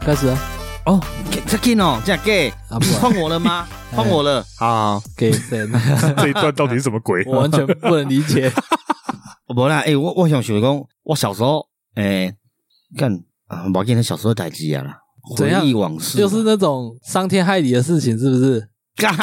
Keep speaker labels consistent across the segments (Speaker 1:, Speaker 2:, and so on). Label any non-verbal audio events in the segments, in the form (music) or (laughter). Speaker 1: 开始
Speaker 2: 哦，这 King 哦，这样 gay，
Speaker 1: 啊不啊
Speaker 2: 换我了
Speaker 1: (laughs)
Speaker 2: 吗？换我了，好，好
Speaker 1: 给谁？
Speaker 3: 哎这一段到底是什么鬼？
Speaker 1: 我完全不能理解。
Speaker 2: 我无啦，诶，我我想想讲，我小时候，诶，干啊，我记得小时候代志啊啦，
Speaker 1: 怎
Speaker 2: 回
Speaker 1: 样
Speaker 2: 忆往事啊，
Speaker 1: 就是那种伤天害理的事情，是不是？
Speaker 2: 干，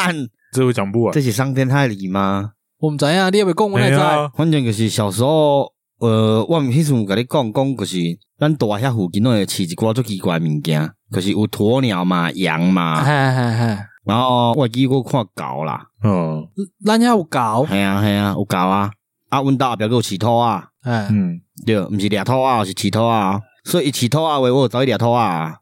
Speaker 3: 这我讲不完。
Speaker 2: 这是伤天害理吗？
Speaker 1: 我们怎样？你也没讲我
Speaker 3: 哎
Speaker 1: 那在
Speaker 3: 呀，
Speaker 2: 反正就是小时候，呃，我毋迄阵有甲你讲讲，就是咱大遐附近拢会饲一寡足奇怪的物件，就是有鸵鸟嘛、羊
Speaker 1: 嗨
Speaker 2: 嘛，
Speaker 1: 嗨嗨嗨，
Speaker 2: 然后我会记过看狗啦，
Speaker 3: 嗯
Speaker 1: 咱遐有搞，
Speaker 2: 系啊系啊，有狗啊，啊，阮兜后壁还有饲兔啊。
Speaker 1: 哎，
Speaker 3: 嗯，
Speaker 2: 对，毋是掠兔啊，是饲兔啊。所以伊饲兔啊，话我有走去掠兔啊。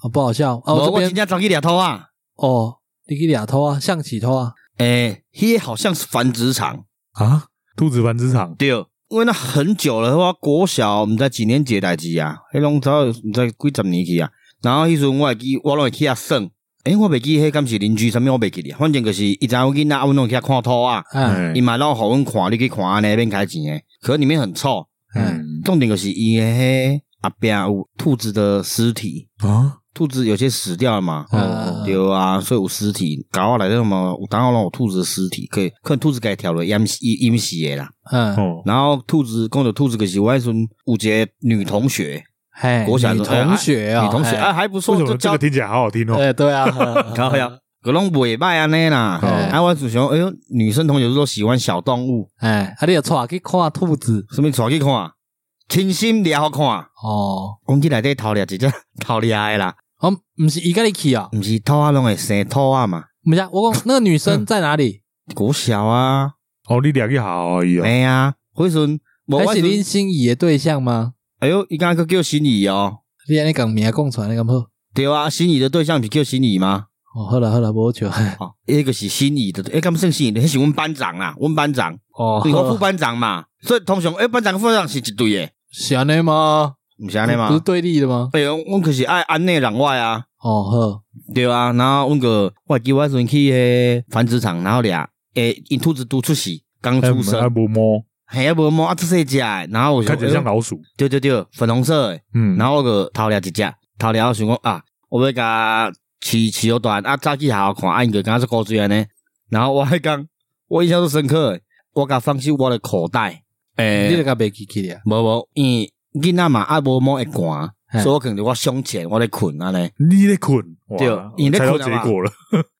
Speaker 1: 好不好笑？啊，
Speaker 2: 无
Speaker 1: 我这
Speaker 2: 我真
Speaker 1: 边
Speaker 2: 正走去掠兔啊。
Speaker 1: 哦，你去俩偷啊，象棋偷啊，
Speaker 2: 诶，迄个好像是繁殖场。
Speaker 3: 啊，兔子繁殖场，
Speaker 2: 对，因为那很久了，我国小毋知几年级的代志啊，迄拢早毋知几十年去啊。然后迄阵我会记，我拢会去遐耍。诶，我袂记迄敢是邻居，啥物我袂记咧。反正就是伊知影阮囡仔，阮拢去遐看兔啊。
Speaker 1: 哎
Speaker 2: 伊嘛拢互阮看，你去看安尼免开钱诶。可是里面很臭，
Speaker 1: 哎，
Speaker 3: 嗯
Speaker 2: 重点就是伊诶迄阿壁有兔子的尸体，
Speaker 3: 啊，
Speaker 2: 兔子有些死掉了嘛。
Speaker 1: 呃
Speaker 2: 对啊，所以有尸体，搞下来那么，有当然有兔子的尸体，可以，可能兔子给跳了，淹淹淹死的啦。
Speaker 1: 嗯，
Speaker 3: 哦，
Speaker 2: 然后兔子，讲着兔子，可是我那时阵有一个女同学，
Speaker 1: 嘿，
Speaker 2: 国小的
Speaker 1: 哎女
Speaker 2: 时候
Speaker 1: 同学啊，
Speaker 2: 女同学
Speaker 1: 哎
Speaker 2: 啊，还不
Speaker 3: 为
Speaker 2: 错，
Speaker 3: 什
Speaker 2: 就
Speaker 3: 么这
Speaker 2: 教呃
Speaker 3: 个，听起来好好听哦？
Speaker 1: 哎，对啊，呵
Speaker 2: 然后呀，可拢袂歹安尼啦。
Speaker 1: 哦
Speaker 2: 啊，我就想，哎呦，女生同学都喜欢小动物，
Speaker 1: 哎，啊，你有带去看兔子
Speaker 2: 顺便带去看，亲身掠好看，
Speaker 1: 哦，
Speaker 2: 讲起内底偷掠一只偷掠的啦，
Speaker 1: 哦，不是伊跟你去啊，
Speaker 2: 毋是兔仔拢会生兔仔嘛，
Speaker 1: 不是啊，我讲那个女生在哪里？
Speaker 2: 国小啊，
Speaker 3: 哦，你两个好而已哦，
Speaker 2: 哎呀，迄阵无
Speaker 1: 还
Speaker 2: 我
Speaker 1: 是
Speaker 2: 那时
Speaker 1: 恁
Speaker 2: 候，
Speaker 1: 心仪的对象吗？
Speaker 2: 哎呦，伊敢去叫心仪哦。
Speaker 1: 你安尼讲名讲出来，你敢好？
Speaker 2: 对啊，心仪的对象不是叫心仪吗？
Speaker 1: 哦，好了好了，无笑。
Speaker 2: 哦，迄个是心仪的，诶，敢算心仪的，迄是阮班长啦，阮班长，
Speaker 1: (laughs) 哦
Speaker 2: 对，我副班长嘛，所以通常诶，班长跟副班长是一对诶，
Speaker 1: 是安尼吗？
Speaker 2: 毋是安尼吗
Speaker 3: 嗯
Speaker 1: 不是？对立的吗？
Speaker 2: 哎呦，阮可是爱安内攘外啊，
Speaker 1: 哦
Speaker 2: 对啊，然后阮个我还记得我迄阵去迄繁殖场，然后俩诶，因兔子拄出世，刚
Speaker 3: 哎
Speaker 2: 出
Speaker 3: 还
Speaker 2: 生，
Speaker 3: 不摸，
Speaker 2: 嘿，无毛啊，出世只诶，然后我想
Speaker 3: 看起来像
Speaker 2: 哎呦
Speaker 3: 老鼠，
Speaker 2: 对对对，粉红色诶，
Speaker 3: 嗯，
Speaker 2: 然
Speaker 3: 后
Speaker 2: 后我个偷了一只，偷了我想讲啊，我要甲饲饲好大，啊早起好好看，啊因个敢是古锥安尼。然后我还讲，我印象都深刻的，我甲放进我的口袋，
Speaker 1: 呵，你
Speaker 2: 诶、
Speaker 1: 就甲袂记起咧。
Speaker 2: 无无，因为囡仔嘛啊无摸会寒，
Speaker 1: 嘿
Speaker 2: 所以我可能我胸前我咧困安尼，
Speaker 3: 你在困，哇
Speaker 2: 对你在
Speaker 3: 猜到
Speaker 2: 困啊
Speaker 3: 结果了，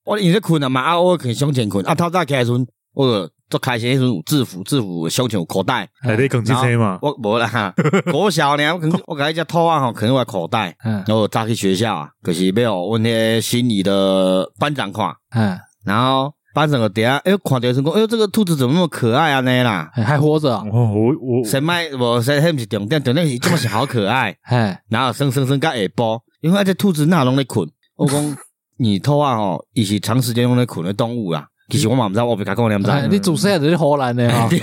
Speaker 2: 我因咧困啊嘛啊我可能胸前困，啊透早起来的时阵，我就做开始迄阵有制服制服胸前有口袋，
Speaker 3: 还哎在啃汽车嘛？
Speaker 2: 我无啦，国小呢，我可能我甲迄只兔仔吼，可能我的口袋。
Speaker 1: 嗯
Speaker 2: 然后我扎去学校啊，就是要有阮迄心仪的班长看，
Speaker 1: 嗯，
Speaker 2: 然后班长就底下哎呦看到成功，哎呦这个兔子怎么那么可爱啊那啦，
Speaker 1: 嘿还活
Speaker 2: 嗯
Speaker 1: 着啊？
Speaker 3: 哦，我我
Speaker 2: 谁卖无谁迄毋是重点，重点是这么是好可爱，
Speaker 1: 嘿，
Speaker 2: 然后生生生到下晡，因为这兔子那拢咧困，我讲 (laughs) 你兔啊吼，伊是长时间拢咧困的动物啦，其实我嘛毋知道，我袂甲讲你毋
Speaker 1: (laughs)
Speaker 2: 知道。
Speaker 1: 哎
Speaker 2: 嗯
Speaker 1: 嘿你自细汉就是荷兰的啊吼。
Speaker 2: (laughs) 对，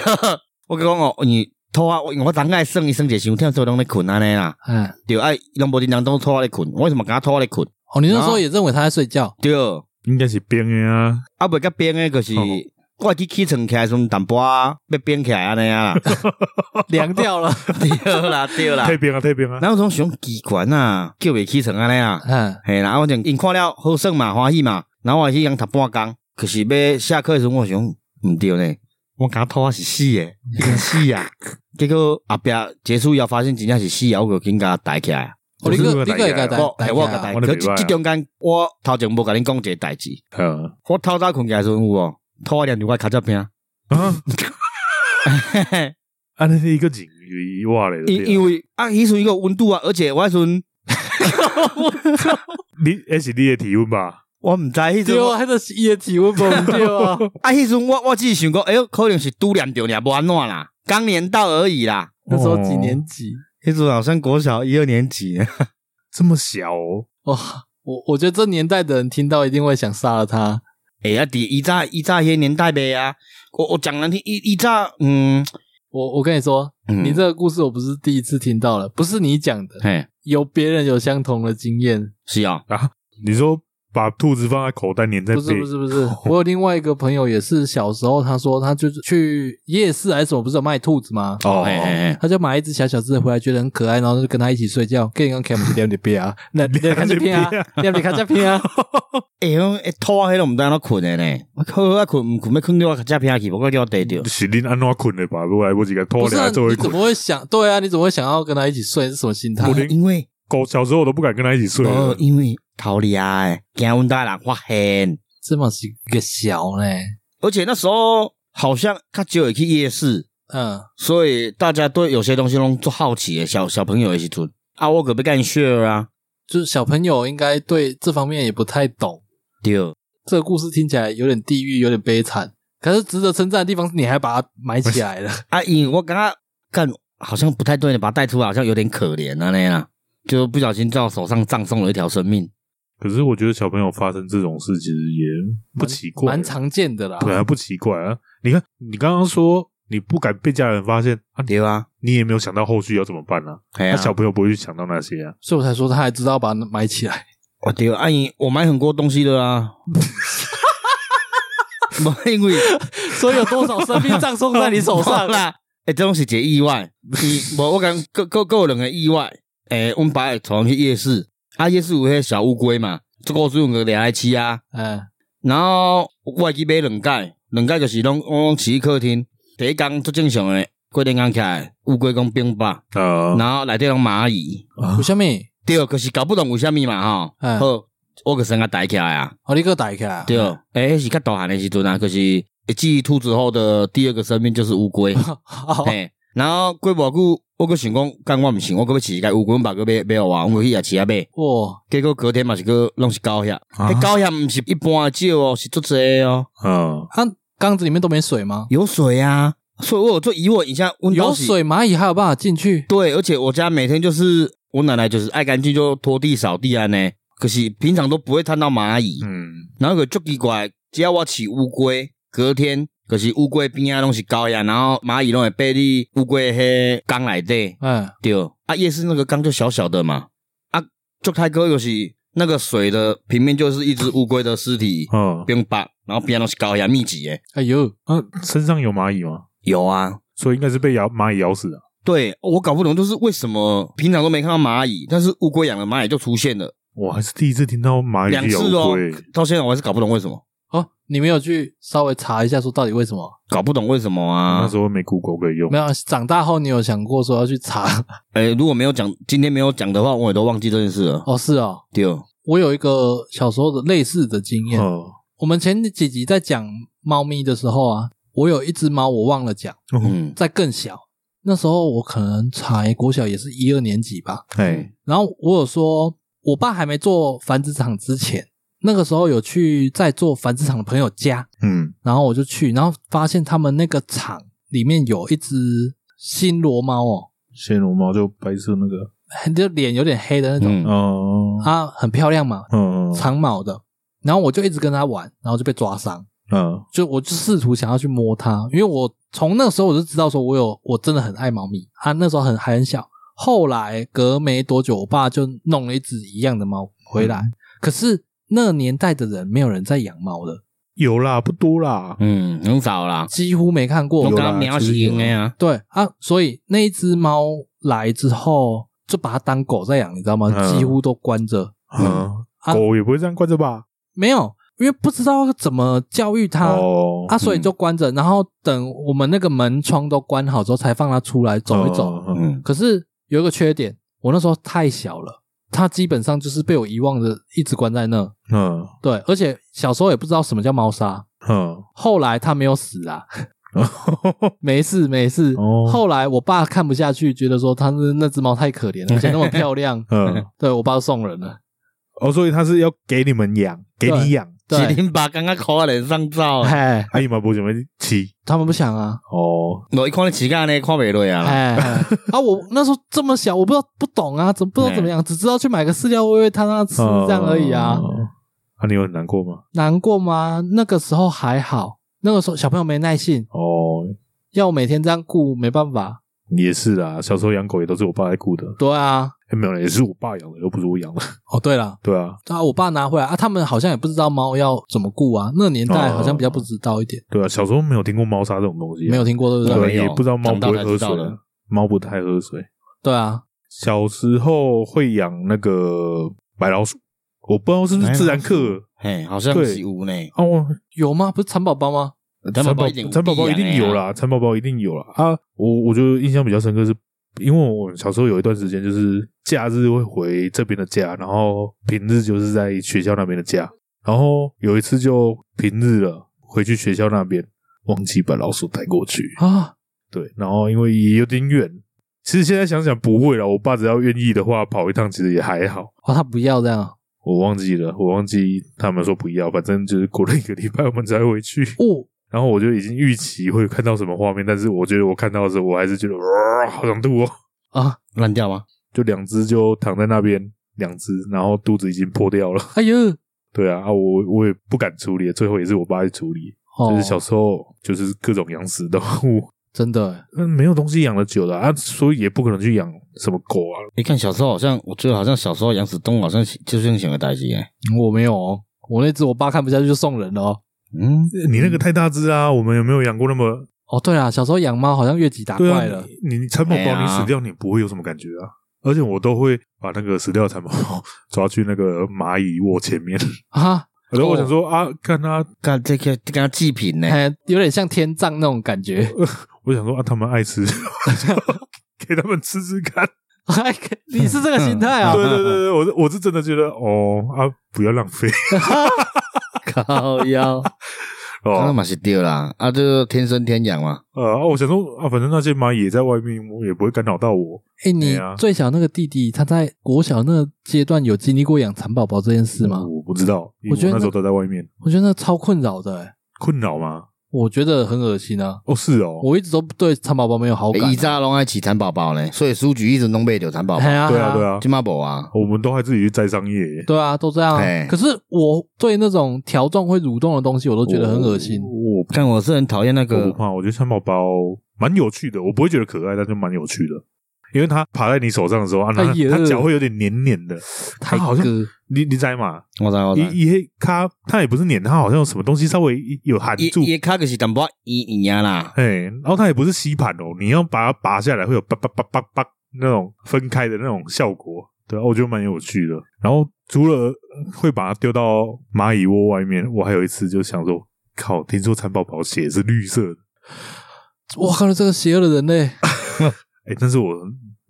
Speaker 2: 我甲讲哦，你兔啊，我我昨下算伊算者伤忝，所以拢咧困安尼啦，
Speaker 1: (laughs) 嗯，
Speaker 2: 对，哎，拢无叮当都兔啊咧困，我为什么甲兔啊咧困？
Speaker 1: 哦，你那时候也认为他在睡觉？
Speaker 2: 对。
Speaker 3: 应该是编的啊，
Speaker 2: 啊，袂甲变诶，就是
Speaker 3: 哦
Speaker 2: 我会记起床起来的时阵淡薄啊，要变起来安尼 (laughs) 啊啦，
Speaker 1: 凉掉了。
Speaker 2: (laughs) 对啦对啦
Speaker 3: 太。编啊，太编啊，
Speaker 2: 然后种想机关啊，叫袂起床安尼啊，
Speaker 1: 嗯，
Speaker 2: 嘿啦，啊，反正因看了好耍嘛，欢喜嘛，然后我去养读半工，可是要下课诶时阵，我想毋对呢，我敢兔仔是死诶，已经死啊。 (laughs) 结果后壁结束以后，发现真正是死啊，我就紧甲抬起来。
Speaker 1: 哦，你
Speaker 3: 我是
Speaker 1: 个
Speaker 3: 不
Speaker 1: 你
Speaker 3: 是
Speaker 1: 个也甲
Speaker 3: 大家
Speaker 1: 带
Speaker 2: 我
Speaker 1: 带
Speaker 2: 嘿我甲抬，
Speaker 3: 我
Speaker 2: 可
Speaker 3: 就
Speaker 2: 即
Speaker 3: 袂歹啊
Speaker 2: 即中间我头前无甲恁讲一个代志，
Speaker 3: 嗯
Speaker 2: 我透早困起来的时阵有哦，兔仔黏住我脚趾 (laughs) 边。
Speaker 3: 啊，啊，那是一个警语哇嘞，
Speaker 2: 因因为啊，迄时阵有温度啊，而且我迄阵
Speaker 3: 你 H D 的体温吧，
Speaker 2: 我毋知迄阵
Speaker 1: 对啊，
Speaker 2: 我
Speaker 1: 迄个是伊的体温不
Speaker 2: (laughs)
Speaker 1: 对啊。
Speaker 2: 啊，迄时阵我我只是想讲，哎呦，可能是拄念着尔，无安怎啦，刚念到而已啦。
Speaker 1: 那时候几年级？
Speaker 2: 迄阵好像国小一二年级，
Speaker 3: 这么小哦，
Speaker 1: 哇，我我觉得这年代的人听到一定会想杀了他。
Speaker 2: (laughs) 哎呀，伫伊早伊早迄个年代呗啊，我我讲难听，伊伊早嗯，
Speaker 1: 我我跟你说，
Speaker 2: 嗯
Speaker 1: 你这个故事我不是第一次听到了，不是你讲的，
Speaker 2: 嘿
Speaker 1: 有别人有相同的经验。
Speaker 2: 是啊，
Speaker 3: 你说把兔子放在口袋，粘在
Speaker 1: 不是
Speaker 3: 背
Speaker 1: 不。是不是，我有另外一个朋友也是小时候，他说他就是去夜市还是什么，不是有卖兔子吗？
Speaker 2: 哦，嘿嘿嘿
Speaker 1: 他就买一只小小只的回来，觉得很可爱，然后就跟他一起睡
Speaker 3: (laughs)
Speaker 1: 觉。跟你讲，看不是两点边啊，那两看这边啊， (laughs) 两点看这边啊。
Speaker 2: 哎呦，一拖迄个毋知安怎困诶呢？我靠，啊我困毋困，要困到我脚偏去，无我叫我地着。
Speaker 3: 是恁安怎困的吧？我来 (laughs) 我几个
Speaker 1: 不
Speaker 3: 偷
Speaker 1: 是啊、
Speaker 3: 俩做一
Speaker 1: 你怎
Speaker 3: 困。
Speaker 1: 么会想？对啊，你怎么会想要跟他一起睡？是什么心态？
Speaker 3: 我连
Speaker 2: 因为
Speaker 3: 狗小时候我都不敢跟他一起睡了。
Speaker 1: 呃
Speaker 2: 哦，因为啊头掠诶，惊阮大人发现。
Speaker 1: 这么是一个小呢？
Speaker 2: 而且那时候好像较少会去夜市，
Speaker 1: 嗯，
Speaker 2: 所以大家对有些东西拢做好奇诶。小小朋友的时阵，啊，我可被干 share 啊，
Speaker 1: 就是小朋友应该对这方面也不太懂。
Speaker 2: 对，
Speaker 1: 这个故事听起来有点地狱，有点悲惨。可是值得称赞的地方是，你还把它埋起来了。
Speaker 2: 啊，因为我刚刚干好像不太对呢，把他带出来好像有点可怜啊那样啊，就不小心在我手上葬送了一条生命。
Speaker 3: 可是我觉得小朋友发生这种事其实也 (laughs) 不奇怪，
Speaker 1: 蛮常见的啦。
Speaker 3: 对啊，不奇怪啊。你看，你刚刚说你不敢被家人发现啊，你
Speaker 2: 对啊，
Speaker 3: 你也没有想到后续要怎么办啊。
Speaker 2: 哎
Speaker 3: 那、
Speaker 2: 呀、
Speaker 3: 小朋友不会去想到那些啊。
Speaker 1: 所以我才说他还知道把它埋起
Speaker 2: (laughs)
Speaker 1: 来。
Speaker 2: 哦对啊，啊因为我买很多东西的啊， (laughs) 不因为
Speaker 1: (laughs) 所以有多少生命葬送在你
Speaker 2: (laughs)
Speaker 1: 手上？
Speaker 2: 啦，哎、这拢是一个意外，是无我讲各各各有两个意外，哎、欸，我们爸带我们去夜市，啊夜市有迄小乌龟嘛，这个水用个掠来饲啊，
Speaker 1: 嗯，
Speaker 2: 然后我会去买两届，两届就是拢我拢饲客厅，第一工最正常诶，过两工起来乌龟讲冰霸，
Speaker 3: 呃，
Speaker 2: 然后内底拢蚂蚁，
Speaker 1: 有虾米？
Speaker 2: 对，可、是搞不懂为虾米嘛吼，
Speaker 1: 嗯
Speaker 2: 好，我个生甲逮起来啊，
Speaker 1: (laughs) 哦，你给我打开啊！
Speaker 2: 对，诶、迄是较大汉诶时阵啊，可、就是会继兔子后的第二个生命就是乌龟，
Speaker 1: 哦好，
Speaker 2: 嘿、然后过无久，我个想讲，干我毋信，我个要饲一个乌龟，我把个买买互我，啊我去遐饲遐买，
Speaker 1: 哇，
Speaker 2: 结果隔天嘛是个拢是
Speaker 1: 啊
Speaker 2: 狗遐，迄、狗遐毋是一般诶少哦，是足济的哦。
Speaker 3: 嗯，
Speaker 1: 它啊缸子里面都没水吗？
Speaker 2: 有水啊，所以我有做疑惑一下，温
Speaker 1: 有
Speaker 2: 度是
Speaker 1: 水，蚂蚁还有办法进去？
Speaker 2: 对，而且我家每天就是我奶奶就是爱干净就拖地扫地啊呢，可是平常都不会看到蚂蚁，
Speaker 3: 嗯，
Speaker 2: 然后个就奇怪，只要我起乌龟，隔天可是乌龟边啊拢是高呀，然后蚂蚁拢会被你乌龟黑缸来底
Speaker 1: 嗯，
Speaker 2: 对，啊夜市那个缸就小小的嘛，啊就太哥就是那个水的平面就是一只乌龟的尸体，
Speaker 3: 嗯，
Speaker 2: 边拔，然后边啊拢是高呀密集诶，
Speaker 1: 哎呦，
Speaker 2: 嗯
Speaker 3: 啊，身上有蚂蚁吗？
Speaker 2: 有啊，
Speaker 3: 所以应该是被咬蚂蚁咬死的、啊。
Speaker 2: 对我搞不懂，就是为什么平常都没看到蚂蚁，但是乌龟养的蚂蚁就出现了
Speaker 3: 我还是第一次听到蚂蚁
Speaker 2: 两
Speaker 3: 去咬欸
Speaker 2: 次哦
Speaker 3: 龟、，
Speaker 2: 到现在我还是搞不懂为什么，
Speaker 1: 哦，你没有去稍微查一下，说到底为什么？
Speaker 2: 搞不懂为什么啊
Speaker 3: 哦那？时候没 Google 可以用
Speaker 1: 没。有，啊长大后你有想过说要去查？ (laughs)
Speaker 2: 哎、如果没有讲，今天没有讲的话，我也都忘记这件事了。
Speaker 1: 哦，是哦，
Speaker 2: 对，
Speaker 1: 我有一个小时候的类似的经
Speaker 2: 哦
Speaker 1: 验。
Speaker 3: 嗯，
Speaker 1: 我们前几集在讲猫咪的时候啊，我有一只猫，我忘了讲，
Speaker 3: 哦
Speaker 2: 嗯，
Speaker 1: 在更小，那时候我可能才国小，也是一二年级吧。
Speaker 3: 哎，
Speaker 1: 然后我有说，我爸还没做繁殖场之前，那个时候有去在做繁殖场的朋友家，
Speaker 3: 嗯，
Speaker 1: 然后我就去，然后发现他们那个场里面有一只新罗猫哦，
Speaker 3: 暹罗猫就白色那个，
Speaker 1: 就脸有点黑的那种、
Speaker 2: 嗯，
Speaker 3: 哦，
Speaker 1: 啊，很漂亮嘛，
Speaker 3: 嗯，
Speaker 1: 长毛的。然后我就一直跟它玩，然后就被抓伤，
Speaker 3: 嗯，
Speaker 1: 就我就试图想要去摸它，因为我从那时候我就知道说我有我真的很爱猫咪啊，那时候很还很小。后来隔没多久，我爸就弄了一只一样的猫回来，
Speaker 3: 嗯
Speaker 1: 可是那年代的人没有人在养猫的，
Speaker 3: 有啦，不多啦，
Speaker 2: 嗯，很少啦。
Speaker 1: 几乎没看过
Speaker 2: 我
Speaker 3: 有。
Speaker 2: 刚
Speaker 3: 啦
Speaker 2: 刚瞄是应的啊，
Speaker 1: 对啊，所以那一只猫来之后，就把它当狗在养，你知道吗？
Speaker 3: 嗯
Speaker 1: 几乎都关着，
Speaker 3: 嗯，
Speaker 1: 啊
Speaker 3: 狗也不会这样惯着吧？
Speaker 1: 没有，因为不知道要怎么教育它、
Speaker 3: 哦，
Speaker 1: 啊，所以就关着。然后等我们那个门窗都关好之后，才放它出来走一走。
Speaker 3: 嗯，
Speaker 2: 嗯，
Speaker 1: 可是有一个缺点，我那时候太小了，它基本上就是被我遗忘的，一直关在那。
Speaker 3: 嗯
Speaker 1: 对，而且小时候也不知道什么叫猫砂。
Speaker 3: 嗯，
Speaker 1: 后来它没有死啊，没事没事。
Speaker 3: 哦，
Speaker 1: 后来我爸看不下去，觉得说它是那只猫太可怜了，而且那么漂亮
Speaker 3: 嗯，
Speaker 1: 对我爸就送人了。
Speaker 3: (laughs) 哦，所以他是要给你们养，给你养，
Speaker 2: 麒
Speaker 1: 对，
Speaker 2: 麟把刚刚考人上照，
Speaker 1: 哎，
Speaker 3: 阿姨嘛不准备骑
Speaker 1: 他们不想啊，
Speaker 3: 哦，
Speaker 2: 我一看你乞丐呢，看不落啊。
Speaker 1: 哎啊，我那时候这么小，我不知道不懂啊，怎么不知道怎么样，只知道去买个饲料喂喂它让它吃
Speaker 3: 嗯
Speaker 1: 这样而已啊。
Speaker 3: 啊，你有很难过吗？
Speaker 1: 难过吗？那个时候还好，那个时候小朋友没耐性，
Speaker 3: 哦，
Speaker 1: 要我每天这样顾没办法。
Speaker 3: 啊也是啦，小时候养狗也都是我爸在顾的。
Speaker 1: 对啊，
Speaker 3: 欸没有，也是我爸养的，又不是我养的。
Speaker 1: 哦，对了，
Speaker 3: (laughs) 对啊，
Speaker 1: 啊，我爸拿回来啊，他们好像也不知道猫要怎么顾啊，那个年代好像比较不知道一点，
Speaker 3: 对啊，小时候没有听过猫砂这种东西、啊
Speaker 1: 没有，听过对不哦对？
Speaker 3: 对，
Speaker 2: 没有
Speaker 3: 也不知道猫
Speaker 2: 长大
Speaker 3: 不会
Speaker 2: 才
Speaker 3: 喝
Speaker 2: 知道
Speaker 3: 水
Speaker 2: 的
Speaker 3: 啊，猫不太喝水。
Speaker 1: 对啊，
Speaker 3: 小时候会养那个白老鼠，我不知道是不是自然课
Speaker 2: 嘿，好像
Speaker 3: 对
Speaker 2: 是有呢。
Speaker 3: 啊，我
Speaker 1: 有吗？不是蚕宝宝吗？
Speaker 2: 呃蚕宝宝一定哎
Speaker 3: 蚕宝宝一定有
Speaker 2: 了，
Speaker 3: 啦，蚕宝宝一定有啦啊！我我觉得印象比较深刻是，因为我小时候有一段时间就是假日会回这边的家，然后平日就是在学校那边的家，然后有一次就平日了回去学校那边，忘记把老鼠带过去，
Speaker 1: 啊，
Speaker 3: 对，然后因为也有点远，其实现在想想不会了，我爸只要愿意的话，跑一趟其实也还好。
Speaker 1: 哦，他不要这样啊
Speaker 3: 我忘记了，我忘记他们说不要，反正就是过了一个礼拜我们才回去。 (laughs)
Speaker 1: 哦，
Speaker 3: 然后我就已经预期会看到什么画面，但是我觉得我看到的时候，我还是觉得、哇好想吐哦。 (laughs)
Speaker 1: 啊，
Speaker 2: 烂掉吗？
Speaker 3: 就两只就躺在那边，两只，然后肚子已经破掉了。 (laughs)
Speaker 1: 哎呦，
Speaker 3: 对啊，啊我我也不敢处理，最后也是我爸去处理。
Speaker 1: 哦，
Speaker 3: 就是小时候就是各种养死动物， (laughs)
Speaker 1: 真的欸，
Speaker 3: 嗯，没有东西养的久了啊，所以也不可能去养什么狗啊。
Speaker 2: 你看小时候好像，我觉得好像小时候养死动物好像是就是用想的代志哎。
Speaker 1: 我没有哦，我那只我爸看不下去就送人了哦。
Speaker 2: 嗯，
Speaker 3: 你那个太大只啊，我们有没有养过那么？
Speaker 1: 哦，对啊，小时候养猫好像越级打
Speaker 3: 对
Speaker 1: 怪
Speaker 3: 啊
Speaker 1: 了，，
Speaker 3: 你你蚕宝
Speaker 2: 哎
Speaker 3: 宝
Speaker 2: 呀
Speaker 3: 你死掉你不会有什么感觉啊。而且我都会把那个死掉的蚕宝宝 (laughs) 抓去那个蚂蚁窝前面，
Speaker 1: 啊，
Speaker 3: 然后我想说啊，看他，
Speaker 2: 干这个这个祭品呢，
Speaker 1: 哎， (laughs) 有点像天葬那种感觉。 (laughs)
Speaker 3: 我想说啊，他们爱吃， (laughs) 给他们吃
Speaker 1: (laughs)
Speaker 3: 吃看。
Speaker 1: 哎，你是这个心态啊
Speaker 3: 对？对对对，我是我是真的觉得哦啊，不要
Speaker 1: (laughs)
Speaker 3: 浪费
Speaker 2: 靠腰，那
Speaker 3: 哦。
Speaker 2: 嘛是对啦，啊，就天生天养嘛。
Speaker 3: 呃，啊我想说啊，反正那些蚂蚁也在外面，我也不会干扰到我。
Speaker 1: 哎，你
Speaker 3: 对啊
Speaker 1: 最小那个弟弟，他在国小那个阶段有经历过养蚕宝宝这件事吗？
Speaker 3: 我不知道，因
Speaker 1: 我
Speaker 3: 为
Speaker 1: 觉得
Speaker 3: 那时候
Speaker 1: 那
Speaker 3: 都在外面
Speaker 1: 我觉得那超困扰的欸，
Speaker 3: 困扰吗？
Speaker 1: 我觉得很恶心啊。
Speaker 3: 哦，是哦，
Speaker 1: 我一直都对蚕宝宝没有好感啊。
Speaker 2: 以前拢爱饲蚕宝宝呢，所以书局一直拢买着蚕宝宝
Speaker 1: 哎。呀，
Speaker 3: 对啊对啊，
Speaker 2: 今嘛无啊，
Speaker 3: 我们都还自己去栽桑叶耶，
Speaker 1: 对啊，都这样啊
Speaker 2: 嘿。
Speaker 1: 可是我对那种条状会蠕动的东西，我都觉得很恶心。
Speaker 3: 我我
Speaker 2: 看我是很讨厌那
Speaker 3: 我
Speaker 2: 个
Speaker 3: 不怕，我觉得蚕宝宝蛮有趣的，我不会觉得可爱，但就蛮有趣的。因为它爬在你手上的时候啊，它
Speaker 1: 哎呀
Speaker 3: 它脚会有点黏黏的，
Speaker 1: 太
Speaker 3: 它好像
Speaker 1: 割
Speaker 3: 你你猜嘛，
Speaker 2: 我知道我知道
Speaker 3: 伊伊迄卡，它也不是碾，它好像有什么东西稍微有含
Speaker 2: 伊
Speaker 3: 住，
Speaker 2: 伊卡就是淡薄圆圆啊啦，
Speaker 3: 哎，然后它也不是吸盘哦，你要把它拔下来，会有叭叭叭叭叭那种分开的那种效果，对啊，我觉得蛮有趣的。然后除了会把它丢到蚂蚁窝外面，我还有一次就想说，靠，听说蚕宝宝血是绿色的，
Speaker 2: 哦
Speaker 1: 我靠，这个邪恶的人类，
Speaker 3: 哎，那是我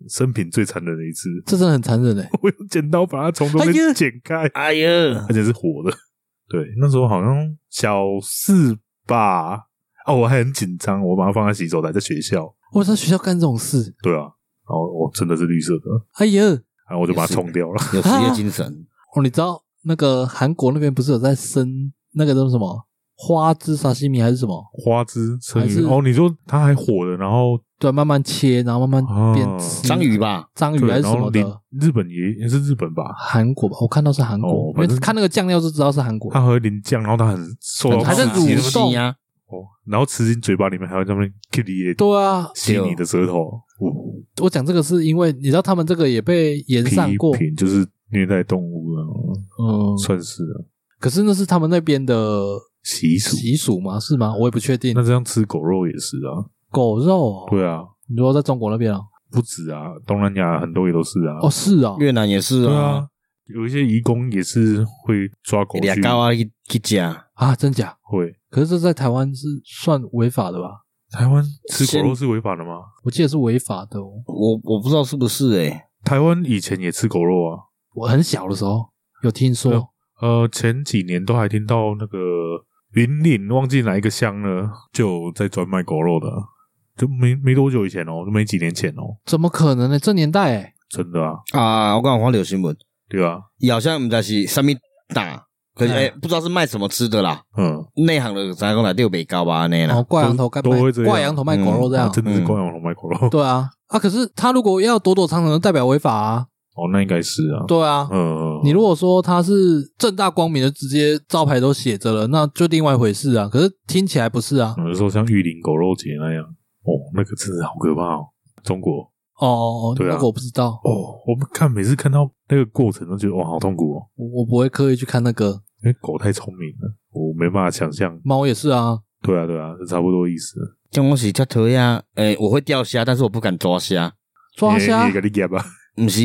Speaker 3: 生平最残忍的一次，
Speaker 1: (laughs)
Speaker 3: (laughs)
Speaker 1: 这真的很残忍哎。
Speaker 3: 我用剪刀把它从中
Speaker 1: 哎呀
Speaker 3: 间剪开，
Speaker 2: 哎呀，
Speaker 3: 而且是活的。对，那时候好像小四吧。哦，我还很紧张，我把它放在洗手台，在学校。
Speaker 1: 我在学校干这种事，
Speaker 3: 对啊，然后我真的是绿色的，
Speaker 1: 哎呀，
Speaker 3: 然后我就把它冲掉了。
Speaker 2: 有职业精 (laughs) 神，
Speaker 1: 哦，你知道那个韩国那边不是有在生那个叫什么花枝沙西米还是什么？
Speaker 3: 花枝生
Speaker 1: 还是
Speaker 3: 鱼哦，你说它还火的，然后
Speaker 1: 对，慢慢切，然后慢慢
Speaker 3: 哦
Speaker 1: 变吃
Speaker 2: 章鱼吧，
Speaker 1: 章鱼
Speaker 3: 对，
Speaker 1: 还是
Speaker 3: 然
Speaker 1: 什
Speaker 3: 后
Speaker 1: 么
Speaker 3: 邻
Speaker 1: 的。
Speaker 3: 日本也也是日本吧，
Speaker 1: 韩国吧，我看到是韩国，
Speaker 3: 哦
Speaker 1: 因为
Speaker 3: 反正啊
Speaker 1: 看那个酱料就知道是韩国。
Speaker 3: 它喝淋酱，然后它很受到
Speaker 1: 还在
Speaker 3: 刺激
Speaker 1: 蠕动
Speaker 2: 啊，
Speaker 3: 哦，然后吃进嘴巴里面还有那么 kitty
Speaker 1: 对啊，
Speaker 3: 吸你的舌头，哦
Speaker 1: 我讲这个是因为你知道他们这个也被延
Speaker 3: 批
Speaker 1: 上过，
Speaker 3: 评就是虐待动物啊，
Speaker 1: 嗯，
Speaker 3: 算是啊
Speaker 1: 可是那是他们那边的
Speaker 3: 习俗。
Speaker 1: 习俗吗？是吗？我也不确定
Speaker 3: 那。这样吃狗肉也是啊，
Speaker 1: 狗肉、哦，
Speaker 3: 对啊，
Speaker 1: 你说在中国那边哦，
Speaker 3: 不止啊，东南亚很多也都是啊。
Speaker 1: 哦，是哦，
Speaker 2: 越南也是
Speaker 3: 对
Speaker 2: 啊
Speaker 3: 啊，，有一些移工也是会抓狗
Speaker 2: 俩
Speaker 3: 去，
Speaker 2: 高啊去去吃，
Speaker 1: 啊，真假？
Speaker 3: 会。
Speaker 1: 可是这在台湾是算违法的吧？
Speaker 3: 台湾吃
Speaker 2: 先
Speaker 3: 狗肉是违法的吗？
Speaker 1: 我记得是违法的、哦。
Speaker 2: 我我不知道是不是欸诶，
Speaker 3: 台湾以前也吃狗肉啊，
Speaker 1: 我很小的时候有听说，
Speaker 3: 嗯呃，前几年都还听到那个云岭忘记哪一个乡了，就有在专卖狗肉的啊，就没没多久以前哦，就没几年前哦，
Speaker 1: 怎么可能呢？这年代哎，
Speaker 3: 真的啊，
Speaker 2: 啊，我刚看了新闻，
Speaker 3: 对啊，
Speaker 2: 伊好像毋知是啥物打，可是
Speaker 1: 嗯
Speaker 2: 诶不知道是卖什么吃的啦，
Speaker 3: 嗯，
Speaker 2: 内行的咱讲来六北高吧安尼
Speaker 1: 然后
Speaker 2: 啦，
Speaker 1: 哦挂羊头干
Speaker 3: 哎都
Speaker 1: 卖
Speaker 3: 会这样
Speaker 1: 挂羊头卖狗肉这样，
Speaker 3: 啊真的是
Speaker 2: 嗯
Speaker 3: 光阳龙卖狗肉， (laughs)
Speaker 1: (laughs) 对啊啊！可是他如果要躲躲藏藏，就代表违法啊，
Speaker 3: 哦，那应该是啊，
Speaker 1: 对啊。
Speaker 3: 嗯，
Speaker 1: 你如果说他是正大光明的，直接招牌都写着了，那就另外一回事啊。可是听起来不是啊，
Speaker 3: 有的时候像玉林狗肉节那样，哦，那个真的好可怕哦，中国
Speaker 1: 哦哦，哦
Speaker 3: 对啊
Speaker 1: 那个我不知道，
Speaker 3: 哦，我们看每次看到那个过程都觉得哇，好痛苦哦，
Speaker 1: 我我不会刻意去看那个
Speaker 3: 因为狗太聪明了，我没办法想象。
Speaker 1: 猫也是啊，
Speaker 3: 对啊，对啊，是差不多意思。
Speaker 2: 像我是佚佗呀，诶、哎我会钓虾，但是我不敢抓虾。
Speaker 1: 抓虾
Speaker 3: 也给你夹吧。
Speaker 2: 毋是，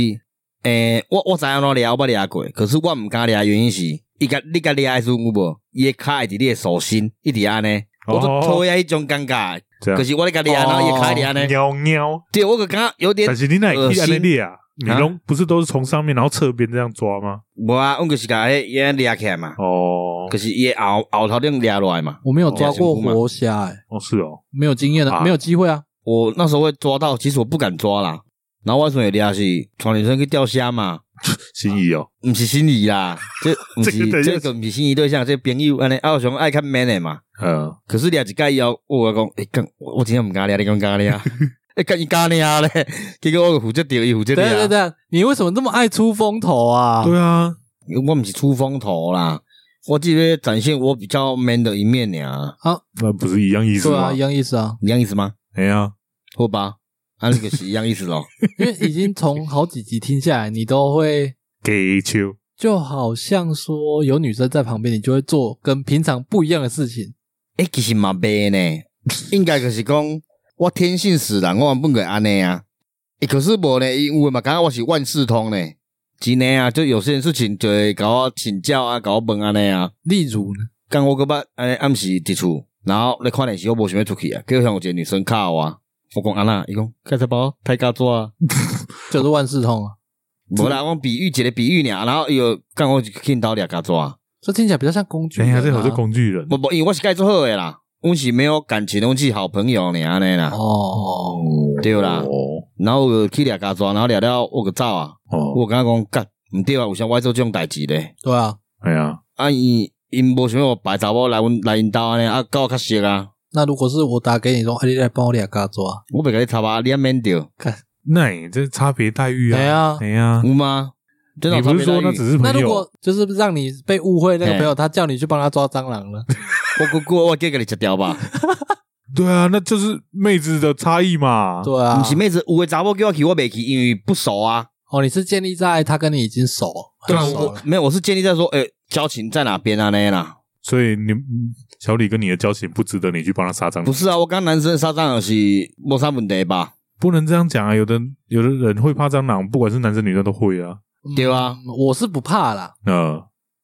Speaker 2: 诶、我我知影怎掠，我捌掠过，可是我毋敢掠，原因是伊甲你甲掠诶时阵有无？伊诶骹会伫你诶手心，一直安尼，
Speaker 3: 哦
Speaker 2: 我就讨厌迄种尴尬。
Speaker 3: 这样
Speaker 2: 可是啊我咧甲掠，然后伊骹会伫安尼，
Speaker 3: 喵喵，
Speaker 2: 对我个感觉有点
Speaker 3: 哦但，是你那
Speaker 2: 恶
Speaker 3: 去
Speaker 2: 心
Speaker 3: 安利啊，你
Speaker 2: 啊
Speaker 3: 拢不是都是从上面然后侧边这样抓吗？
Speaker 2: 无啊，阮就是甲迄伊安掠起来嘛，
Speaker 3: 哦
Speaker 2: 可，是伊诶后后头顶掠落来嘛。
Speaker 1: 我没有抓过
Speaker 2: 哦
Speaker 1: 活虾，哎，
Speaker 3: 哦是哦，
Speaker 1: 没有经验的，
Speaker 3: 啊
Speaker 1: 没有机会啊。
Speaker 2: 我那时候会抓到，其实我不敢抓啦。然后我阵会掠是传女生去钓虾嘛，
Speaker 3: 心仪哦，
Speaker 2: 毋是心仪啦，
Speaker 3: (laughs)
Speaker 2: 这毋
Speaker 3: 这个
Speaker 2: 是
Speaker 3: 等一下
Speaker 2: 这个毋是心仪对象，这朋友安尼，啊，我想爱较 man 诶嘛。
Speaker 3: 嗯，
Speaker 2: 可是掠一届以后，我讲，诶、干，我我真正毋敢掠，你敢
Speaker 1: (laughs)
Speaker 2: 敢掠？诶，干伊敢掠咧， (laughs) 结果我负责钓，伊负责
Speaker 1: 对对
Speaker 2: 掠。
Speaker 1: 对，你为什么这么爱出风头啊？
Speaker 3: 啊对啊，
Speaker 2: 我毋是出风头啦，我只是展现我比较 man 的一面尔，，
Speaker 3: 那不是一样意思
Speaker 1: 对啊，
Speaker 3: 吗
Speaker 1: 一？样意思啊
Speaker 2: 一样意思吗？
Speaker 3: 哎呀，
Speaker 2: 好吧，啊，那个是一样意思
Speaker 1: (laughs)
Speaker 2: 咯。
Speaker 1: 因为已经从好几集听下来，你都会
Speaker 3: 给球，
Speaker 1: 就好像说有女生在旁边，你就会做跟平常不一样的事情。
Speaker 2: 诶、欸其实嘛袂呢，应该就是讲我天性使然，我原本个安尼啊。诶、可是无呢，因为嘛，感觉我是万事通呢，真诶啊，就有些事情就会甲我请教啊，甲我问安尼啊。
Speaker 1: 例如呢，
Speaker 2: 刚我个捌安尼暗时伫厝，然后咧看电视，我无想要出去啊，结果像有一个女生敲我啊，我讲安那，伊讲开始包太加纸啊，
Speaker 1: 就是万事通啊，
Speaker 2: 无啦，我比喻一个比喻尔，然后伊就刚我就去因兜掠加纸啊，
Speaker 1: 这听起来比较像工具
Speaker 3: 等
Speaker 1: 人
Speaker 3: 一
Speaker 1: 啊、
Speaker 3: 下这好是工具人
Speaker 2: 无无，因为我是该做好诶啦，阮是没有感情，阮是好朋友尔安尼啦，
Speaker 1: 哦，
Speaker 2: 对啦。
Speaker 3: 哦
Speaker 2: 然后我就去掠家抓，然后掠了我个走啊，
Speaker 3: 哦，
Speaker 2: 我感觉讲干，毋对啊，为啥我要做即种代志咧？
Speaker 1: 对啊，
Speaker 3: 哎呀，
Speaker 2: 啊，因因无想要白查某来阮来因兜安尼，啊，甲我较熟啊，
Speaker 1: 那如果是我打给你说，哎、你来帮我俩嘎抓，
Speaker 2: 我袂甲你插吧，你也免着，
Speaker 3: 那你这差别待遇啊，
Speaker 1: 哎呀
Speaker 3: 哎呀，
Speaker 2: 有吗？真的
Speaker 3: 你
Speaker 2: 有差
Speaker 3: 不是
Speaker 2: 别待遇
Speaker 3: 说那只是
Speaker 1: 那
Speaker 3: 朋
Speaker 1: 如
Speaker 3: 友？
Speaker 1: 果就是让你被误会那个
Speaker 2: 嘿
Speaker 1: 朋友，他叫你去帮他抓蟑螂了，
Speaker 2: 我估估我叫甲你食掉吧，
Speaker 3: 对啊，那就是妹子的差异嘛。
Speaker 1: 对啊
Speaker 2: 毋，是妹子，有诶查某叫我去，我袂去，因为不熟啊。
Speaker 1: 哦，你是建立在他跟你已经熟，
Speaker 3: 对啊
Speaker 1: 很熟
Speaker 3: 我
Speaker 1: 了
Speaker 2: 没有，我是建立在说，诶、交情在哪边安尼啦？
Speaker 3: 所以你小李跟你的交情不值得你去帮他杀蟑
Speaker 2: 不
Speaker 3: 螂，
Speaker 2: 是啊，我讲男生的杀蟑螂是无啥问题吧？
Speaker 3: 不能这样讲啊！有的有的人会怕蟑螂，不管是男生女生都会啊。
Speaker 2: 对啊，
Speaker 1: 嗯我是不怕啦，
Speaker 3: 那、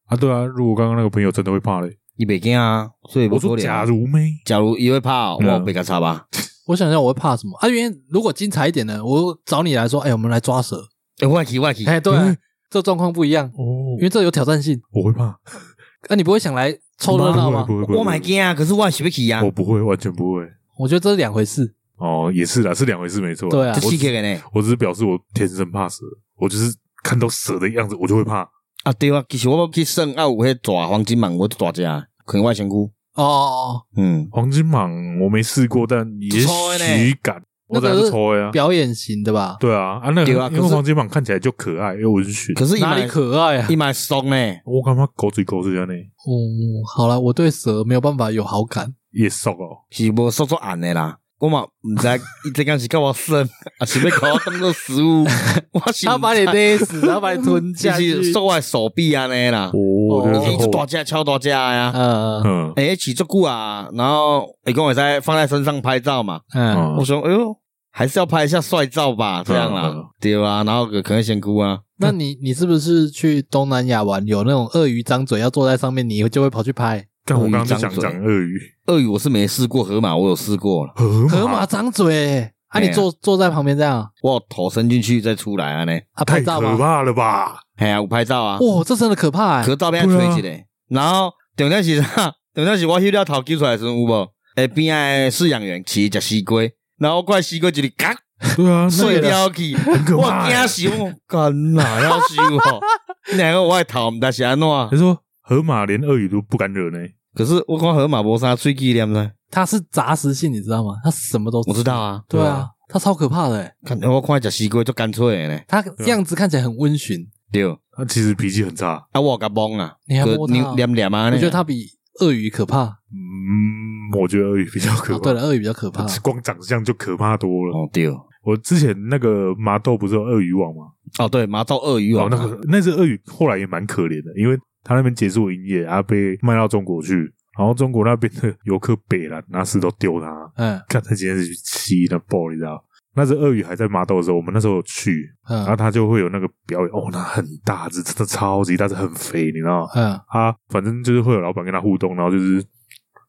Speaker 3: 啊，对啊，如果刚刚那个朋友真的会怕嘞，
Speaker 2: 伊袂惊啊，所以
Speaker 3: 我
Speaker 2: 无可
Speaker 3: 说
Speaker 2: 能
Speaker 3: 假
Speaker 2: 啊。
Speaker 3: 如咩？
Speaker 2: 假如伊会怕，我
Speaker 3: 嗯
Speaker 2: 袂甲插吧。
Speaker 1: 我想想我会怕什么啊？因为如果精彩一点呢，我找你来说，哎、我们来抓蛇，
Speaker 2: 诶、我会去，我会去。
Speaker 1: 哎、对啊、
Speaker 3: 嗯
Speaker 1: 这状况不一样，
Speaker 3: 哦
Speaker 1: 因，为这有挑战性，
Speaker 3: 我会怕，
Speaker 1: 啊，你不会想来凑热闹吗
Speaker 3: 不？会不会，不会
Speaker 2: 我买惊啊，可是我也是要去啊
Speaker 3: 我，不会，完全不会。
Speaker 1: 我觉得这是两回事，
Speaker 3: 哦，也是啦，是两回事，没错。
Speaker 1: 对啊
Speaker 2: 这
Speaker 3: 我
Speaker 2: 刺激
Speaker 3: 只
Speaker 2: 的呢。
Speaker 3: 我只是表示我天生怕蛇，我就是看到蛇的样子我就会怕。
Speaker 2: 啊对啊，其实我要去耍啊，有迄蛇黄金蟒，我就大只，可能我的身躯。
Speaker 1: 哦哦
Speaker 2: 嗯，
Speaker 3: 黄金蟒我没试过，但也
Speaker 2: 抽的呢
Speaker 3: 许敢，我在
Speaker 1: 那个是
Speaker 3: 抽的
Speaker 1: 哦，
Speaker 3: 啊。
Speaker 1: 表演型的吧？
Speaker 3: 对啊，啊那
Speaker 2: 对啊
Speaker 3: 个因为
Speaker 2: 可是
Speaker 3: 黄金蟒看起来就可爱，又文学。
Speaker 2: 可是伊
Speaker 1: 哪里
Speaker 2: 买
Speaker 1: 可爱啊？
Speaker 2: 伊买松呢，
Speaker 3: 我感觉狗嘴狗嘴安尼
Speaker 1: 嗯，好了，我对蛇没有办法有好感，
Speaker 3: 也熟哦，
Speaker 2: 是无说做暗的啦。我嘛毋知，伊这敢是甲我耍， (laughs) 啊是要甲我当做
Speaker 1: (laughs)
Speaker 2: 食物？我是
Speaker 1: 他把你勒死，然后把你吞
Speaker 2: 就 (laughs)
Speaker 1: 下去。
Speaker 2: 是受我的手臂安尼啦。
Speaker 3: 我觉得
Speaker 1: 哦
Speaker 2: 伊
Speaker 3: 是
Speaker 2: 就大
Speaker 3: 后，
Speaker 2: 只，超大只的啊！
Speaker 1: 呃
Speaker 3: 嗯
Speaker 2: 诶，饲足久啊，然后伊讲会使放在身上拍照嘛。
Speaker 1: 嗯，
Speaker 2: 我
Speaker 3: 嗯，
Speaker 2: 说，哎呦，还是要拍一下帅照吧，这样
Speaker 3: 嗯嗯
Speaker 2: 啦，对啊，然后可能先哭啊。
Speaker 1: 那你你是不是去东南亚玩，有那种鳄鱼张嘴要坐在上面，你就会跑去拍
Speaker 3: 但我刚刚就想
Speaker 2: 鳄鱼张嘴
Speaker 3: 讲鳄鱼、
Speaker 2: 鳄哎鱼我是没试过，河马我有试过了，
Speaker 3: 河
Speaker 1: 河马张嘴？啊，
Speaker 2: 哎呀
Speaker 1: 你坐坐在旁边这样
Speaker 2: 我有头伸进去再出来啊呢。
Speaker 1: 啊，
Speaker 3: 太
Speaker 1: 拍照
Speaker 3: 可
Speaker 1: 吗？
Speaker 3: 怕
Speaker 2: (laughs)
Speaker 3: 了吧？
Speaker 2: 哎呀，有拍照啊，
Speaker 1: 哇，这真的可怕哎
Speaker 2: 可！照片还
Speaker 3: 对啊
Speaker 2: 吹起嘞。然后重点是啥？ (laughs) 重点是我迄了头揪出来的时阵有无？诶，边仔的饲养员饲一只西瓜，然后我怪西瓜就是嘎
Speaker 3: 对啊，那
Speaker 2: 碎
Speaker 3: 个
Speaker 2: 了去，
Speaker 3: 很可
Speaker 2: 我
Speaker 3: 怕欸
Speaker 2: 惊。死我，干哪要死我？ (laughs) 你两个我的头毋知是安怎？
Speaker 3: 他说河马连鳄鱼都不敢惹呢，
Speaker 2: 可是我看河马无啥喙齿念呢，
Speaker 1: 它是杂食性，你知道吗？它什么都吃
Speaker 2: 我知道。啊。
Speaker 1: 对
Speaker 3: 对
Speaker 1: 啊
Speaker 3: 啊，
Speaker 1: 它超可怕的哎！
Speaker 2: 看我看食西瓜就干脆的呢，
Speaker 1: 它样子看起来很温驯，
Speaker 2: 对。
Speaker 3: 他其实脾气很差。
Speaker 2: 啊，我有甲懵啊，
Speaker 1: 你还摸它
Speaker 2: 就黏黏啊，
Speaker 3: 哎
Speaker 1: 我
Speaker 2: 呢
Speaker 1: 觉得它比鳄鱼可怕。
Speaker 3: 嗯，我觉得鳄鱼比较可
Speaker 1: 哦
Speaker 3: 怕。 (laughs)
Speaker 1: 对了，鳄鱼比较可怕。
Speaker 3: 光长相就可怕多了。
Speaker 2: 哦对，
Speaker 3: 我之前那个麻豆不是有鳄鱼网吗？
Speaker 2: 哦，对，麻豆鳄鱼
Speaker 3: 哦
Speaker 2: 网，，
Speaker 3: 那个那只鳄鱼后来也蛮可怜的，因为它那边结束营业，然后被卖到中国去，然后中国那边的游客北了，拿石头丢它，
Speaker 1: 嗯
Speaker 3: 看它今天是去气那爆，你知道？那只鳄鱼还在麻豆的时候，我们那时候有去，然后
Speaker 1: 嗯
Speaker 3: 它就会有那个表演，哦，那很大只，真的超级大只，很肥，你知道吗？
Speaker 1: 嗯
Speaker 3: 它啊反正就是会有老板跟它互动，然后就是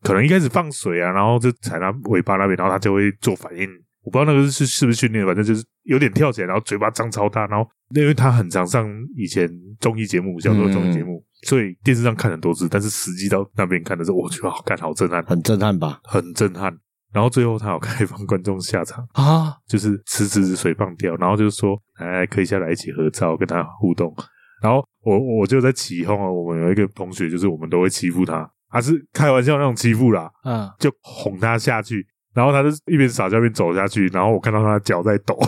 Speaker 3: 可能一开始放水啊，然后就踩它尾巴那边，然后它就会做反应。我不知道那个是是不是训练，反正就是有点跳起来，然后嘴巴张超大，然后因为它很常上以前综艺节目，小时候综艺节目，所以电视上看很多次，但是实际到那边看的时候，我觉得好看，好震撼，
Speaker 2: 很震撼
Speaker 3: (laughs)
Speaker 2: 吧？
Speaker 3: 很震撼。然后最后他有开放观众下场，
Speaker 1: 啊，
Speaker 3: 就是吃吃吃水放掉，然后就说哎可以下来一起合照，跟他互动。然后我我就在起哄啊，我们有一个同学就是我们都会欺负他，他是开玩笑那种欺负啦，
Speaker 1: 嗯，
Speaker 3: 就哄他下去，然后他就一边撒娇一边走下去，然后我看到他的脚在抖，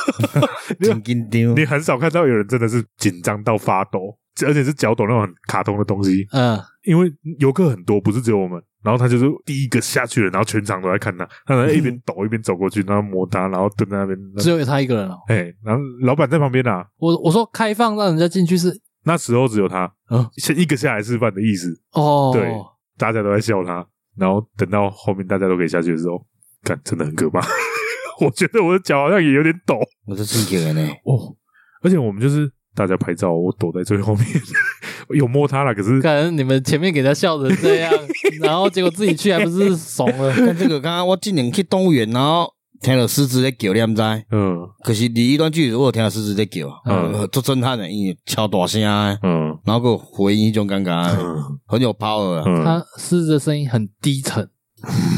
Speaker 3: (laughs) 你
Speaker 2: 紧紧张
Speaker 3: 你，很少看到有人真的是紧张到发抖，而且是脚抖那种很卡通的东西，
Speaker 1: 嗯，
Speaker 3: 因为游客很多，不是只有我们。然后他就是第一个下去了，然后全场都在看他，他在一边抖一边走过去，然后摸他，然后蹲在那边，
Speaker 1: 只有他一个人哦。
Speaker 3: 哎，然后老板在旁边啊，
Speaker 1: 我我说开放让人家进去是
Speaker 3: 那时候只有他，
Speaker 1: 嗯
Speaker 3: 先一个下来示范的意思，
Speaker 1: 哦，
Speaker 3: 对大家都在笑他，然后等到后面大家都可以下去的时候，干真的很可怕， (laughs) 我觉得我的脚好像也有点抖
Speaker 2: 我是刺激人呢。
Speaker 3: 哦，而且我们就是大家拍照，我躲在最后面， (laughs) 有摸他了，可是
Speaker 1: 感觉你们前面给他笑成这
Speaker 3: (laughs)
Speaker 1: 样，然后结果自己去还不是怂了？
Speaker 2: 但这个刚刚我今年去动物园，然后听到狮子在叫，你毋知？
Speaker 3: 嗯
Speaker 2: 可是离一段距离，我有听到狮子在叫，
Speaker 3: 嗯
Speaker 2: 呃足震撼的，因为超大声的，
Speaker 3: 嗯
Speaker 2: 然后个回音迄种感觉的，
Speaker 3: 嗯
Speaker 2: 很有 power 啊，
Speaker 3: 嗯，
Speaker 1: 他狮子的声音很低沉，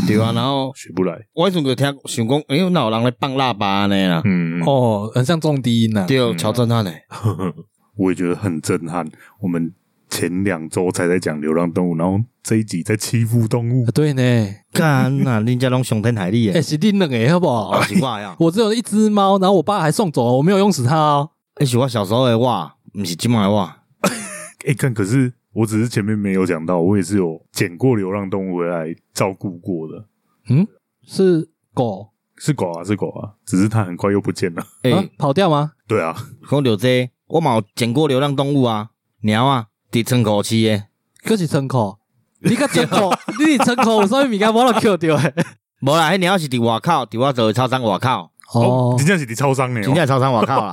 Speaker 2: 对啊。然后
Speaker 3: 学不来，
Speaker 2: 我迄阵就听想讲，哎呦，哪有人来放喇叭呢啦？
Speaker 3: 嗯哦，
Speaker 1: 哦，很像重低音呐、
Speaker 2: 对，超震撼的。
Speaker 3: 我也觉得很震撼，我们。前两周才在讲流浪动物，然后这一集在欺负动物
Speaker 1: 啊。，对呢，
Speaker 2: 干呐，恁家拢上天海力
Speaker 1: 哎、
Speaker 2: 诶，
Speaker 1: 是你冷哎，好不好？
Speaker 2: 哦，是我呀，
Speaker 1: 我只有一只猫，然后我爸还送走了，我没有用死它哦。
Speaker 2: 那是我小时候的我，毋是即卖我。
Speaker 3: 哎、看，可是我只是前面没有讲到，我也是有捡过流浪动物回来照顾过的，
Speaker 1: 是狗
Speaker 3: 是狗啊，是狗啊，只是它很快又不见了。
Speaker 1: 啊、
Speaker 2: 诶，
Speaker 1: 跑掉吗？
Speaker 3: 对啊，
Speaker 2: 哎讲到这，我嘛有捡过流浪动物啊，猫啊，伫仓库饲诶，
Speaker 1: 可是村口，你个村口，你是村口，所以物件我都捡掉诶。
Speaker 2: 无啦，迄猫是伫外口，伫我做的超商外口，
Speaker 1: 哦
Speaker 3: 真，正是你超商呢、
Speaker 2: 真正超商外口啦。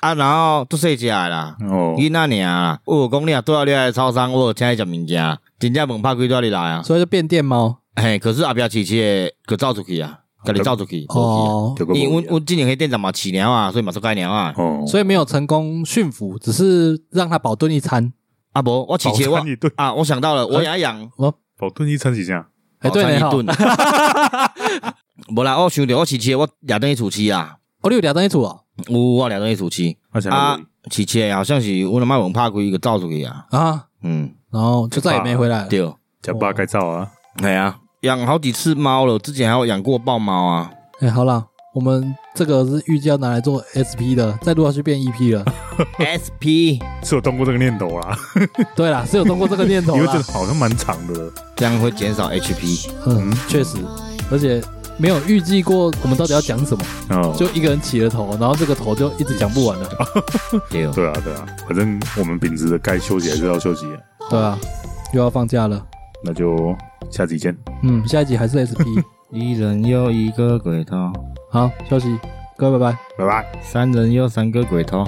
Speaker 2: 啊，然后做细只诶啦，
Speaker 3: 哦，
Speaker 2: 囡仔尔啦，我有讲你啊，对啊，你来超商，我有请伊食物件，真正门拍开对啊，你来啊。
Speaker 1: 所以就变电猫。
Speaker 2: 嘿，可是后壁饲饲诶，就走出去啊，家己走出去，无去啊。
Speaker 1: 哦，
Speaker 3: 有个
Speaker 2: 因为阮
Speaker 3: 不一样
Speaker 2: 阮之前迄店长嘛饲猫啊，所以嘛做改猫啊。
Speaker 3: 哦，
Speaker 1: 所以没有成功驯服，只是让它饱顿一餐。
Speaker 2: 啊无，我饲饲
Speaker 3: 饱
Speaker 2: 我
Speaker 3: 餐一顿，
Speaker 2: 啊，我想到了，我养一养。哦
Speaker 3: 保顿一餐几下，
Speaker 1: 哎、对
Speaker 2: 饱餐
Speaker 1: 呢，
Speaker 2: 一
Speaker 1: 哈
Speaker 2: 顿。 (laughs) 无啦，我想着我饲饲，我掠等去厝饲啊，
Speaker 1: 哦，你有聊到一组哦
Speaker 2: 有我掠等去厝饲
Speaker 3: 而且
Speaker 2: 啊，饲饲好像是阮阿妈门拍开一个走出去啊，
Speaker 1: 啊，
Speaker 2: 嗯，
Speaker 1: 然后就再也没回来了。哦
Speaker 2: 对，
Speaker 3: 假八该照啊，
Speaker 2: 系啊，养好几次猫了，之前还有养过豹猫啊，
Speaker 1: 哎、好啦，我们这个是预计要拿来做 SP 的，再录下去变 EP 了。
Speaker 2: SP
Speaker 3: 是有动过这个念头啦，
Speaker 1: 对啦，是有通过这个
Speaker 3: (laughs)
Speaker 1: 念头
Speaker 3: 因为
Speaker 1: 哦啦
Speaker 3: 这。个好像蛮长的。
Speaker 2: 这样会减少 HP，
Speaker 1: 嗯，确实，而且没有预计过我们到底要讲什么，
Speaker 3: 哦，
Speaker 1: 就一个人起了头，然后这个头就一直讲不完了。
Speaker 2: 对，
Speaker 3: 对啊，对啊，反正我们秉持着该休息还是要休息，
Speaker 1: 对啊，又要放假了。
Speaker 3: 那就下集见。
Speaker 1: 嗯，下一集还是 SP。
Speaker 2: 一人有一个鬼头，
Speaker 1: 好，休息，各位拜拜。
Speaker 3: 拜拜。
Speaker 2: 三人有三个鬼头。